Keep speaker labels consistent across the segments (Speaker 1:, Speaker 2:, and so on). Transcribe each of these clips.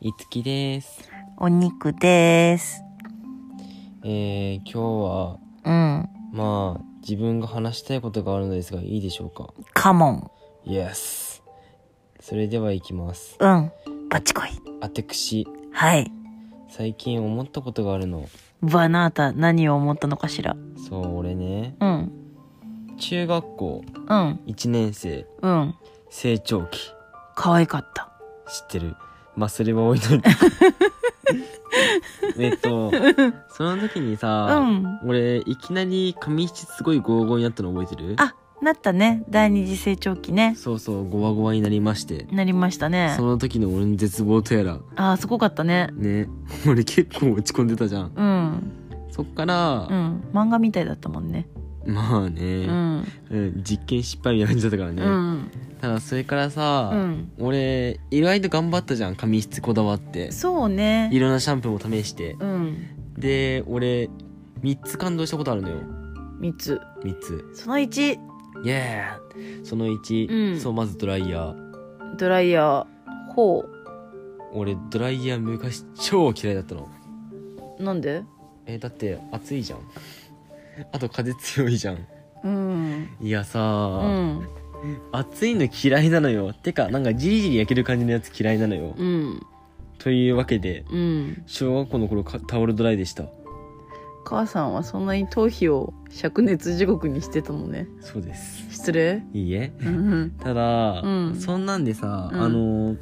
Speaker 1: いつきです。
Speaker 2: お肉です。
Speaker 1: えー、今日は、
Speaker 2: うん。
Speaker 1: まあ、自分が話したいことがあるのですが、いいでしょうか
Speaker 2: カモン。
Speaker 1: イエスそれでは行きます。
Speaker 2: うん。バチコイ。
Speaker 1: あてくし、
Speaker 2: はい。
Speaker 1: 最近思ったことがあるの。
Speaker 2: バナータ、何を思ったのかしら。
Speaker 1: そう、俺ね、
Speaker 2: うん。
Speaker 1: 中学校
Speaker 2: うん。
Speaker 1: 1年生、
Speaker 2: うん。
Speaker 1: 成長期、
Speaker 2: 可愛かった。
Speaker 1: 知ってる。まあ、それは置いとい て。えっと、その時に
Speaker 2: う
Speaker 1: さ、
Speaker 2: ん。
Speaker 1: 俺、いきなり髪質すごいゴーゴーになったの覚えてる
Speaker 2: あ、なったね。第二次成長期ね。
Speaker 1: そうそう、ゴワゴワになりまして。
Speaker 2: なりましたね
Speaker 1: そ。の時の俺の絶望とやら
Speaker 2: あー、すごかったね。
Speaker 1: ね 俺結構落ち込んでたじゃん
Speaker 2: うん。
Speaker 1: そっから
Speaker 2: う、ん。漫画みたいだったもんね。
Speaker 1: まあ
Speaker 2: う
Speaker 1: ね、
Speaker 2: ん。
Speaker 1: うん実験失敗みたいな感じだったから
Speaker 2: う
Speaker 1: ね、
Speaker 2: ん。
Speaker 1: ただそれからさ、
Speaker 2: うん。
Speaker 1: 俺意外と頑張ったじゃん髪質こだわって
Speaker 2: そうね
Speaker 1: い。ろんなシャンプーも試して
Speaker 2: うん。
Speaker 1: で俺3つ感動したことあるのよ
Speaker 2: 三つ。
Speaker 1: 3つ
Speaker 2: その一、
Speaker 1: イエーその1、
Speaker 2: うん
Speaker 1: そうまずドライヤー
Speaker 2: ドライヤー、ほ
Speaker 1: 俺ドライヤー昔超嫌いだったの
Speaker 2: う。なんで
Speaker 1: えだって暑いじゃんあと風強いじゃん
Speaker 2: うん。
Speaker 1: いやさ
Speaker 2: う
Speaker 1: あ、
Speaker 2: ん。
Speaker 1: 暑いの嫌いなのよてかなんかジリジリ焼ける感じのやつ嫌いなのよ、
Speaker 2: うん。
Speaker 1: というわけで
Speaker 2: うん。
Speaker 1: 小学校の頃かタオルドライでした
Speaker 2: 母さんはそんなに頭皮を灼熱地獄にしてたのね
Speaker 1: そうです
Speaker 2: 失礼
Speaker 1: いいえ
Speaker 2: うん
Speaker 1: ただ、
Speaker 2: うん
Speaker 1: そんなんでさ、
Speaker 2: うん
Speaker 1: あの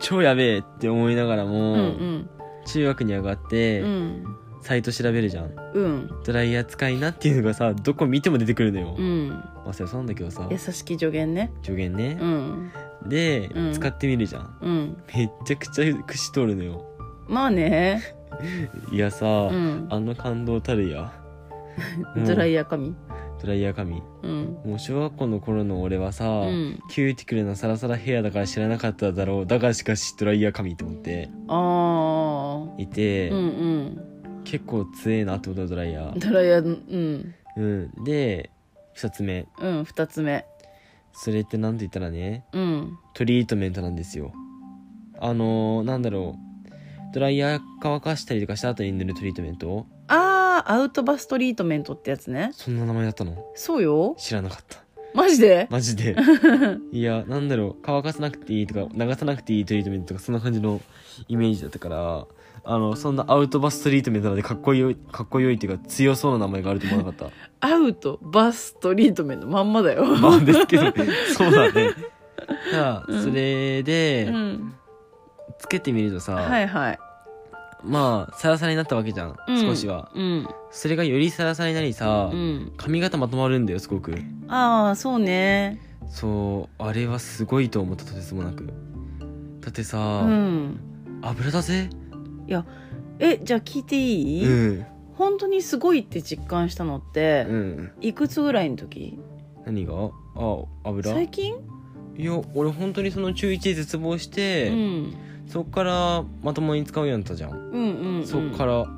Speaker 1: 超やべえって思いながらも、
Speaker 2: うんうん
Speaker 1: 中学に上がって、
Speaker 2: うん
Speaker 1: サイト調べるじゃん
Speaker 2: うん
Speaker 1: ドライヤー使いなっていうのがさどこ見ても出てくるのよ、
Speaker 2: うん
Speaker 1: まあそれはそうなんだけどさ
Speaker 2: 優しき助言ね
Speaker 1: 助言ね
Speaker 2: う、ん
Speaker 1: で、
Speaker 2: うん
Speaker 1: 使ってみるじゃん
Speaker 2: うん
Speaker 1: めっちゃくちゃ串通るのよ
Speaker 2: まあね
Speaker 1: いやさ、
Speaker 2: うん
Speaker 1: あの感動たる やもう
Speaker 2: ドライヤー髪
Speaker 1: ドライヤー髪
Speaker 2: うん
Speaker 1: もう小学校の頃の俺はさ、
Speaker 2: うん
Speaker 1: キューティクルのサラサラヘアだから知らなかっただろうだがしかしドライヤー髪と思って
Speaker 2: あ
Speaker 1: い
Speaker 2: あ
Speaker 1: て、
Speaker 2: うんうん
Speaker 1: 結構強えなってことドライヤー、
Speaker 2: ドライヤーうん
Speaker 1: うん、で2つ目
Speaker 2: うん二つ目
Speaker 1: それって何て言ったらね
Speaker 2: うん
Speaker 1: トリートメントなんですよあのー、なんだろうドライヤー乾かしたりとかした後に塗るトリートメント
Speaker 2: ああアウトバストリートメントってやつね
Speaker 1: そんな名前だったの
Speaker 2: そうよ
Speaker 1: 知らなかった
Speaker 2: マジで
Speaker 1: マジでいやなんだろう乾かさなくていいとか流さなくていいトリートメントとかそんな感じのイメージだったからあのそんなアウトバストリートメントなんでかっこよいかっこよいっていうか強そうな名前があると思わなかっ
Speaker 2: アウトバストリートメントまんまだよ
Speaker 1: たまあですけどそうだねじゃあ
Speaker 2: うん
Speaker 1: それ
Speaker 2: う
Speaker 1: で、
Speaker 2: ん
Speaker 1: つけてみるとさ、
Speaker 2: はいはい
Speaker 1: まあサラサラになったわけじゃん、
Speaker 2: うん
Speaker 1: 少しは
Speaker 2: うん
Speaker 1: それがよりサラサラになりさ、
Speaker 2: うん
Speaker 1: 髪型まとまるんだよすごく
Speaker 2: ああそうね
Speaker 1: そうあれはすごいと思ったとてつもなくだってさ、
Speaker 2: うん
Speaker 1: 油だぜ
Speaker 2: えじゃあ聞いていい、
Speaker 1: うん
Speaker 2: 本当にすごいって実感したのって、
Speaker 1: うん
Speaker 2: いくつぐらいの時
Speaker 1: 何があ油
Speaker 2: 最近、
Speaker 1: いや俺本当にその中1で絶望し
Speaker 2: う
Speaker 1: て、
Speaker 2: ん、
Speaker 1: そっからまともに使うようになったじゃん、
Speaker 2: うんうんうん
Speaker 1: そっから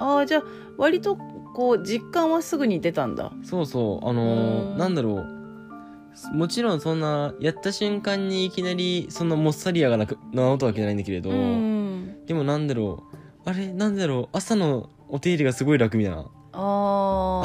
Speaker 2: ああじゃあ割とこう実感はすぐに出たんだ
Speaker 1: そうそうあの
Speaker 2: う
Speaker 1: ー、
Speaker 2: ん
Speaker 1: なんだろうもちろんそんなやった瞬間にいきなりそんなもっさりやがなく治ったわけじゃないんだけれど、
Speaker 2: うん
Speaker 1: でもなんだろうあれなんだろう朝のお手入れがすごい楽みたいな
Speaker 2: あ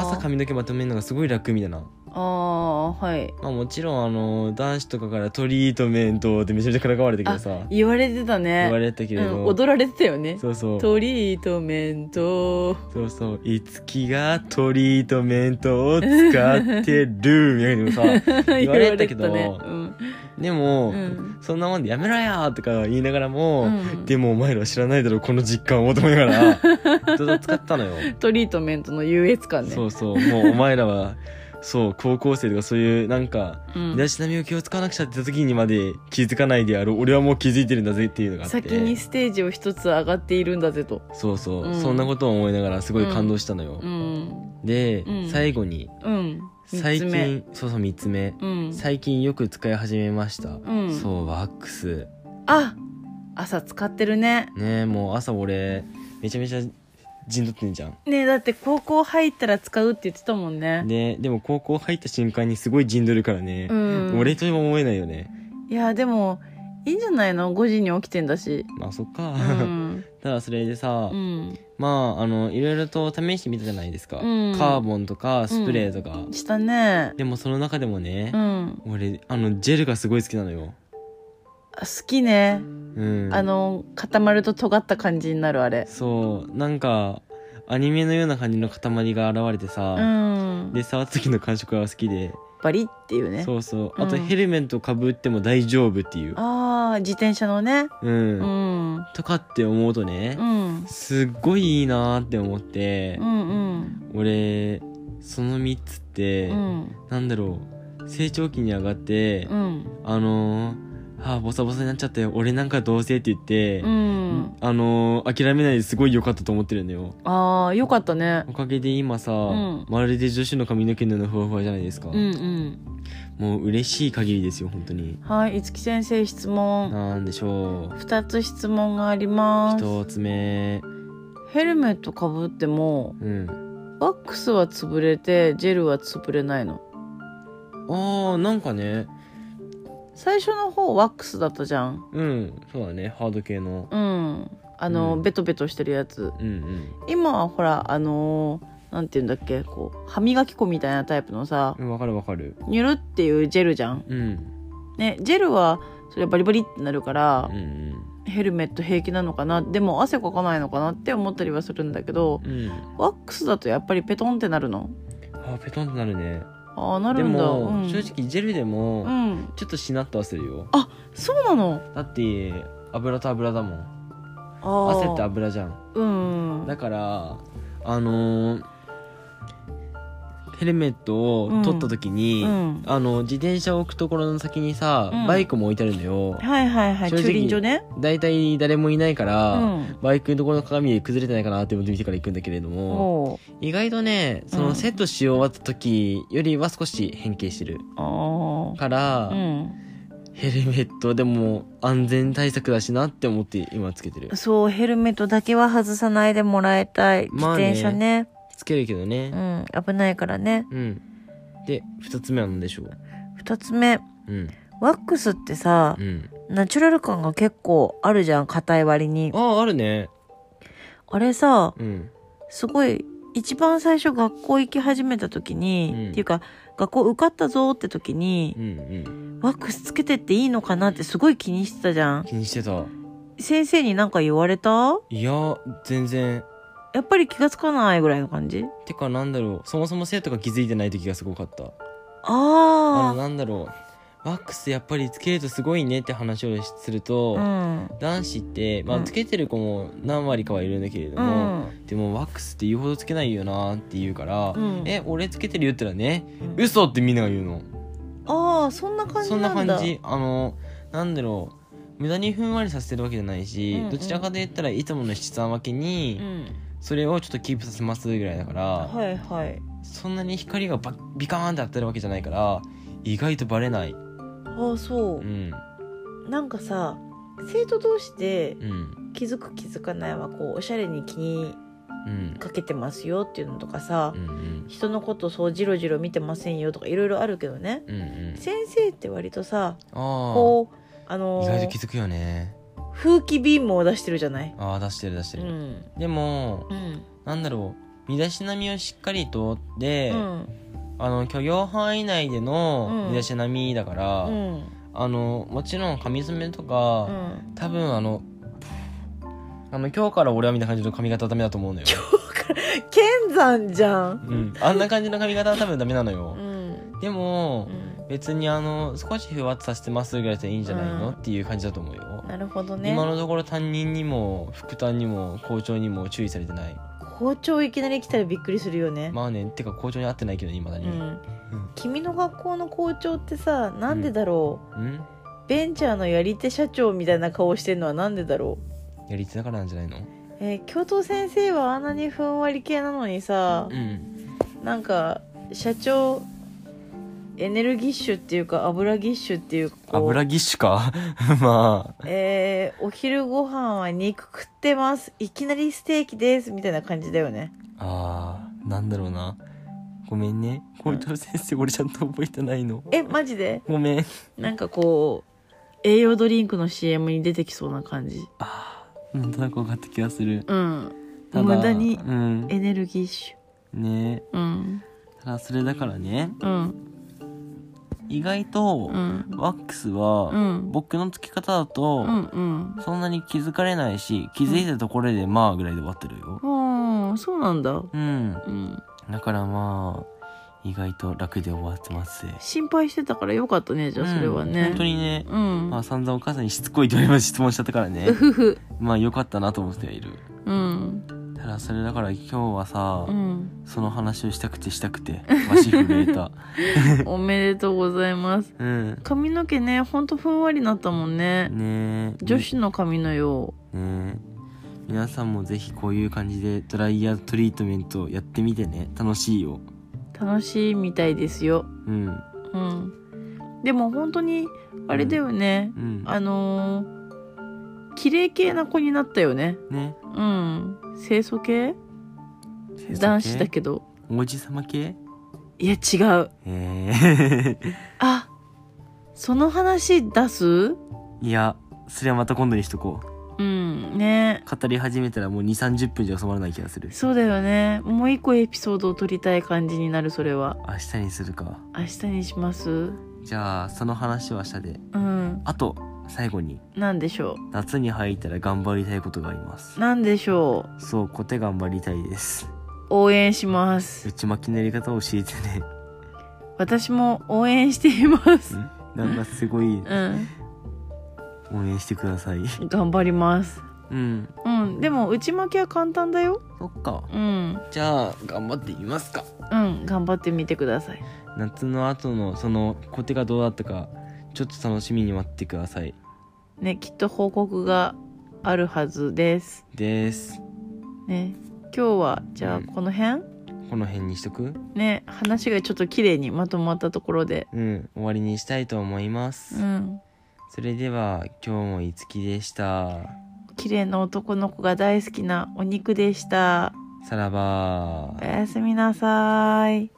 Speaker 2: ー
Speaker 1: 朝髪の毛まとめるのがすごい楽みたいな
Speaker 2: あーはい
Speaker 1: まあもちろんあのー男子とかからトリートメントってめちゃめちゃからかわれたけどさ
Speaker 2: 言われてたね
Speaker 1: 言われたけれど、
Speaker 2: うん、踊られてたよね
Speaker 1: そうそう
Speaker 2: トリートメント
Speaker 1: そうそう、いつきがトリートメントを使ってるみたいなのさ、 言われたけど
Speaker 2: 言われてたねうん
Speaker 1: でも、
Speaker 2: うん
Speaker 1: そんなもんでやめろよとか言いながらも、
Speaker 2: うん
Speaker 1: でもお前らは知らないだろ、この実感をと思いなが ら、ずっと使ってたのよ。
Speaker 2: トリートメントの優越感ね
Speaker 1: そうそう、もうお前らは、そう、高校生とかそういうなんか、
Speaker 2: うん
Speaker 1: 身だしなみを気を使わなくちゃって時にまで気づかないであろう、俺はもう気づいてるんだぜっていうのがあって。
Speaker 2: 先にステージを一つ上がっているんだぜと。
Speaker 1: そうそう、
Speaker 2: うん
Speaker 1: そんなことを思いながらすごい感動したのよ。
Speaker 2: うん。
Speaker 1: で、
Speaker 2: うん
Speaker 1: 最後に、
Speaker 2: うん。
Speaker 1: 最
Speaker 2: 三つ目。
Speaker 1: 近そうそう3つ目、
Speaker 2: うん。
Speaker 1: 最近よく使い始めました、
Speaker 2: うん
Speaker 1: そうワックス
Speaker 2: あ朝使ってるね。
Speaker 1: ねえもう朝俺めちゃめちゃ陣取ってんじゃん
Speaker 2: ねえだって高校入ったら使うって言ってたもんね。
Speaker 1: ででも高校入った瞬間にすごい陣取るからね
Speaker 2: う、ん。
Speaker 1: 俺とも思えないよね
Speaker 2: いや、でも、いいんじゃないの5時に起きてんだし
Speaker 1: まあそっか、
Speaker 2: うん
Speaker 1: ただそれでさ、
Speaker 2: うん
Speaker 1: まああのいろいろと試してみたじゃないですか、
Speaker 2: うん
Speaker 1: カーボンとかスプレーとか、
Speaker 2: したね
Speaker 1: でもその中でもね
Speaker 2: う、ん
Speaker 1: 俺あのジェルがすごい好きなのよ
Speaker 2: あ好きね
Speaker 1: うん
Speaker 2: あの固まると尖った感じになるあれ
Speaker 1: そうなんかアニメのような感じの塊が現れて
Speaker 2: う
Speaker 1: さ、
Speaker 2: ん
Speaker 1: で触った時の感触が好きで、
Speaker 2: バリっていうね
Speaker 1: そうそうあと
Speaker 2: うん
Speaker 1: ヘルメットかぶっても大丈夫っていう、
Speaker 2: あー自転車のね
Speaker 1: うん
Speaker 2: うん
Speaker 1: とかって思うとね
Speaker 2: う、ん
Speaker 1: すっごいいいなーって思って
Speaker 2: う、ん
Speaker 1: 俺その3つって、
Speaker 2: うんうん
Speaker 1: なんだろう成長期に上がって、
Speaker 2: うん
Speaker 1: あのー、はあボサボサになっちゃったよ俺なんかどうせって言って、
Speaker 2: うん
Speaker 1: あのー、諦めないですごい良かったと思ってるんだよ
Speaker 2: あーよかったね
Speaker 1: おかげで今さ、
Speaker 2: ん
Speaker 1: まるで女子の髪の毛のようなふわふわじゃないですか、
Speaker 2: うんうん
Speaker 1: もう嬉しい限りですよ本当に
Speaker 2: はい五木先生質問
Speaker 1: なんでしょう
Speaker 2: 2つ質問があります
Speaker 1: 一つ目
Speaker 2: ヘルメットかぶっても
Speaker 1: うん
Speaker 2: ワックスは潰れてジェルは潰れないの
Speaker 1: あーなんかね
Speaker 2: 最初の方ワックスだったじゃん
Speaker 1: うんそうだねハード系の
Speaker 2: うんあの、
Speaker 1: うん
Speaker 2: ベトベトしてるやつ
Speaker 1: うんうん
Speaker 2: 今はほらあのーなんていうんだっけこう歯磨き粉みたいなタイプのさ
Speaker 1: うんわかるわかる
Speaker 2: ニュルっていうジェルじゃん
Speaker 1: うん
Speaker 2: ねジェルはそれバリバリってなるから
Speaker 1: うん
Speaker 2: ヘルメット平気なのかなでも汗かかないのかなって思ったりはするんだけど
Speaker 1: うんうん
Speaker 2: ワックスだとやっぱりペトンってなるの
Speaker 1: あーペトンとなるね
Speaker 2: ああな
Speaker 1: で
Speaker 2: るんだ
Speaker 1: も、
Speaker 2: うん、
Speaker 1: 正直ジェルでも、
Speaker 2: うん
Speaker 1: ちょっとしなっとはするよ
Speaker 2: そうなの
Speaker 1: だって油と油だもん
Speaker 2: ああ
Speaker 1: 汗って油じゃん
Speaker 2: うん
Speaker 1: だからあのーヘルメットを取った時に、
Speaker 2: うん
Speaker 1: あの自転車を置くところの先にさ、
Speaker 2: うん
Speaker 1: バイクも置いてあるのよ
Speaker 2: はいはいはい
Speaker 1: 正
Speaker 2: 駐
Speaker 1: 直
Speaker 2: 輪場ね
Speaker 1: 大体誰もいないか
Speaker 2: う
Speaker 1: ら、
Speaker 2: ん
Speaker 1: バイクのところの鏡で崩れてないかなって思って見てから行くんだけれども
Speaker 2: お
Speaker 1: 意外とねそうの
Speaker 2: ん
Speaker 1: セットし終わった時よりは少し変形してる
Speaker 2: あ
Speaker 1: から、
Speaker 2: あうん
Speaker 1: ヘルメットでも安全対策だしなって思って今つけてる
Speaker 2: そうヘルメットだけは外さないでもらいたい自
Speaker 1: まあね
Speaker 2: 転車ね,、
Speaker 1: つけるけどね
Speaker 2: うん危ないからね
Speaker 1: うんで2つ目は何でしょう
Speaker 3: 2つ目
Speaker 1: うん
Speaker 3: ワックスってさ
Speaker 1: うん
Speaker 3: ナチュラル感が結構あるじゃん硬い割に
Speaker 1: あああるね
Speaker 3: あれさ
Speaker 1: うん
Speaker 3: すごい一番最初学校行き始めた時に、
Speaker 1: うん
Speaker 3: っていうか学校受かったぞって時に
Speaker 1: うんうん
Speaker 3: ワックスつけてっていいのかなってすごい気にしてたじゃん
Speaker 1: 気にしてた
Speaker 3: 先生になんか言われた
Speaker 1: いや全然
Speaker 3: やっぱり気がつかないぐらいの感じ
Speaker 1: てかなんだろうそもそも生徒が気づいてない時がすごかったあの
Speaker 3: あ
Speaker 1: なんだろうワックスやっぱりつけるとすごいねって話をすると、
Speaker 3: あうん
Speaker 1: 男子って、まあ、
Speaker 3: うん
Speaker 1: つけてる子も何割かはいるんだけれど
Speaker 3: う
Speaker 1: も、
Speaker 3: ん
Speaker 1: でもワックスって言うほどつけないよなって言うから、
Speaker 3: うん
Speaker 1: え俺つけてるよって言ったらね、
Speaker 3: うん
Speaker 1: 嘘ってみんなが言うの
Speaker 3: ああそんな感じ
Speaker 1: そ
Speaker 3: なんん
Speaker 1: な
Speaker 3: だ
Speaker 1: 感じあのなんだろう無駄にふんわりさせてるわけじゃないし、
Speaker 3: うんうん
Speaker 1: どちらかと言ったらいつもの質問分け
Speaker 3: う
Speaker 1: に、
Speaker 3: ん
Speaker 1: それをちょっとキープさせますぐらいだから、
Speaker 3: はいはい
Speaker 1: そんなに光がバビカーンって当たるわけじゃないから意外とバレない
Speaker 3: ああそう
Speaker 1: う、ん
Speaker 3: なんかさ生徒同士で
Speaker 1: うん
Speaker 3: 気づく気づかないはこうおしゃれに気に
Speaker 1: うん
Speaker 3: かけてますよっていうのとかさ
Speaker 1: うんうん
Speaker 3: 人のことそうジロジロ見てませんよとかいろいろあるけどね
Speaker 1: うんうん
Speaker 3: 先生って割とさ
Speaker 1: あ
Speaker 3: こうあ
Speaker 1: あ
Speaker 3: の
Speaker 1: 意
Speaker 3: ー
Speaker 1: 外と気づくよね
Speaker 3: 風紀ビームを出してるじゃない。
Speaker 1: ああ出してる出して
Speaker 3: う
Speaker 1: る、
Speaker 3: ん
Speaker 1: でも
Speaker 3: うん
Speaker 1: なんだろう身だしなみをしっかりとって、
Speaker 3: うん
Speaker 1: あの許容範囲内での
Speaker 3: うん
Speaker 1: 身だしなみだから、
Speaker 3: うん
Speaker 1: あのもちろん髪染めと
Speaker 3: う
Speaker 1: か、
Speaker 3: ん
Speaker 1: 多分あのあの今日から俺はみたいな感じの髪型はダメだと思うのよ、
Speaker 3: 剣山じゃん。
Speaker 1: うん、あんな感じの髪型は多分ダメなのよ
Speaker 3: う、ん
Speaker 1: で
Speaker 3: う
Speaker 1: も、
Speaker 3: ん
Speaker 1: 別にあの少しふわっとさせてますぐらいでいいんじゃないの、
Speaker 3: うん
Speaker 1: っていう感じだと思うよ、
Speaker 3: なるほどね
Speaker 1: 今。のところ担任にも副担にも校長にも注意されてない
Speaker 3: 包丁いきなり来たらびっくりするよね。
Speaker 1: まあねてか校長に会ってないけどねいまだ
Speaker 3: う
Speaker 1: に、
Speaker 3: ん君の学校の校長ってさなんでだろう。
Speaker 1: うん
Speaker 3: ベンチャーのやり手社長みたいな顔してるのはなんでだろ
Speaker 1: やり手だからなんじゃないの
Speaker 3: う、えー教頭先生はあんなにふんわり系なのにさ
Speaker 1: うん
Speaker 3: なんか社長エネルギッシュっていうか油ギッシュっていうかこう
Speaker 1: 油ぎっしゅか まあ
Speaker 3: えーお昼ご飯は肉食ってますいきなりステーキですみたいな感じだよね
Speaker 1: あーなんだろうなごめんね校長先生俺ちゃんと覚えてないの
Speaker 3: えマジで
Speaker 1: ごめん
Speaker 3: なんかこう
Speaker 2: 栄養ドリンクの CM に出てきそうな感じ
Speaker 1: ああなんとなく分かった気がする
Speaker 2: うん
Speaker 1: ただ
Speaker 2: 無駄に
Speaker 1: うん
Speaker 2: エネルギッシ
Speaker 1: ね
Speaker 2: ュうん
Speaker 1: ただそれだからね
Speaker 2: うん
Speaker 1: 意外と
Speaker 2: うん
Speaker 1: ワックス
Speaker 2: う
Speaker 1: は
Speaker 2: ん
Speaker 1: 僕のつき方だ
Speaker 2: う
Speaker 1: と
Speaker 2: んうん
Speaker 1: そんなに気づかれないし気づいたところでまあぐらいで終わってるよ
Speaker 2: ああそうなんだ
Speaker 1: うん
Speaker 2: うん
Speaker 1: だからまあ意外と楽で終わってます
Speaker 2: 心配してたからよかったねじゃあそれは
Speaker 1: うん
Speaker 2: ね
Speaker 1: 本当にね
Speaker 2: うん
Speaker 1: まあ散々お母さんにしつこいと言われま質問しちゃったからね
Speaker 2: うふふ
Speaker 1: まあ良かったなと思ってはいる
Speaker 2: うん
Speaker 1: ただそれだから今日はさ、
Speaker 2: うん
Speaker 1: その話をしたくてしたくて足震えた
Speaker 2: おめでとうございます
Speaker 1: うん
Speaker 2: 髪の毛ねほんとふんわりなったもんね
Speaker 1: ねえ
Speaker 2: 女子の髪のよ
Speaker 1: ねえ皆さんもぜひこういう感じでドライヤートリートメントやってみてね楽しいよ
Speaker 2: う楽しいみたいですよ
Speaker 1: うん
Speaker 2: うんでも本当にあれだよね、
Speaker 1: うん
Speaker 2: あのー綺麗系な子になったよね
Speaker 1: ね
Speaker 2: うん清楚系男子だけど
Speaker 1: どおじさま系
Speaker 2: いや違う
Speaker 1: ええ
Speaker 2: あその話出す
Speaker 1: いやそれはまた今度にしとこ
Speaker 2: うんね
Speaker 1: う語り始めたらもう2 3 0分じゃ収まらない気がする
Speaker 2: そうだよねもう一個エピソードを撮りたい感じになるそれは
Speaker 1: 明日にするか
Speaker 2: 明日にします
Speaker 1: じゃあその話は明日で
Speaker 2: うん
Speaker 1: あと最後に
Speaker 2: なんでしょ
Speaker 1: 夏に入ったら頑張りたいことがあります
Speaker 2: うなんでしょ
Speaker 1: そうコテ頑張りたいです
Speaker 2: う応援します
Speaker 1: 内巻きのやり方を教えてね
Speaker 2: 私も応援しています
Speaker 1: なんかすごい
Speaker 2: うん
Speaker 1: 応援してください
Speaker 2: 頑張ります
Speaker 1: うん
Speaker 2: うんでも内巻きは簡単だよ
Speaker 1: そっか
Speaker 2: うん
Speaker 1: じゃあ頑張ってみますか
Speaker 2: うん頑張ってみてください
Speaker 1: 夏の後のそのコテがどうだったかちょっと楽しみに待ってください
Speaker 2: ねきっと報告があるはずです
Speaker 1: です
Speaker 2: ね今日はじゃ
Speaker 1: う
Speaker 2: あ
Speaker 1: ん
Speaker 2: この辺、
Speaker 1: この辺にしとく
Speaker 2: ね話がちょっと綺麗にまとまったところで
Speaker 1: うん終わりにしたいと思います、
Speaker 2: うん
Speaker 1: それでは今日もいつきでした
Speaker 2: 綺麗な男の子が大好きなお肉でした
Speaker 1: さらば
Speaker 2: おやすみなさーい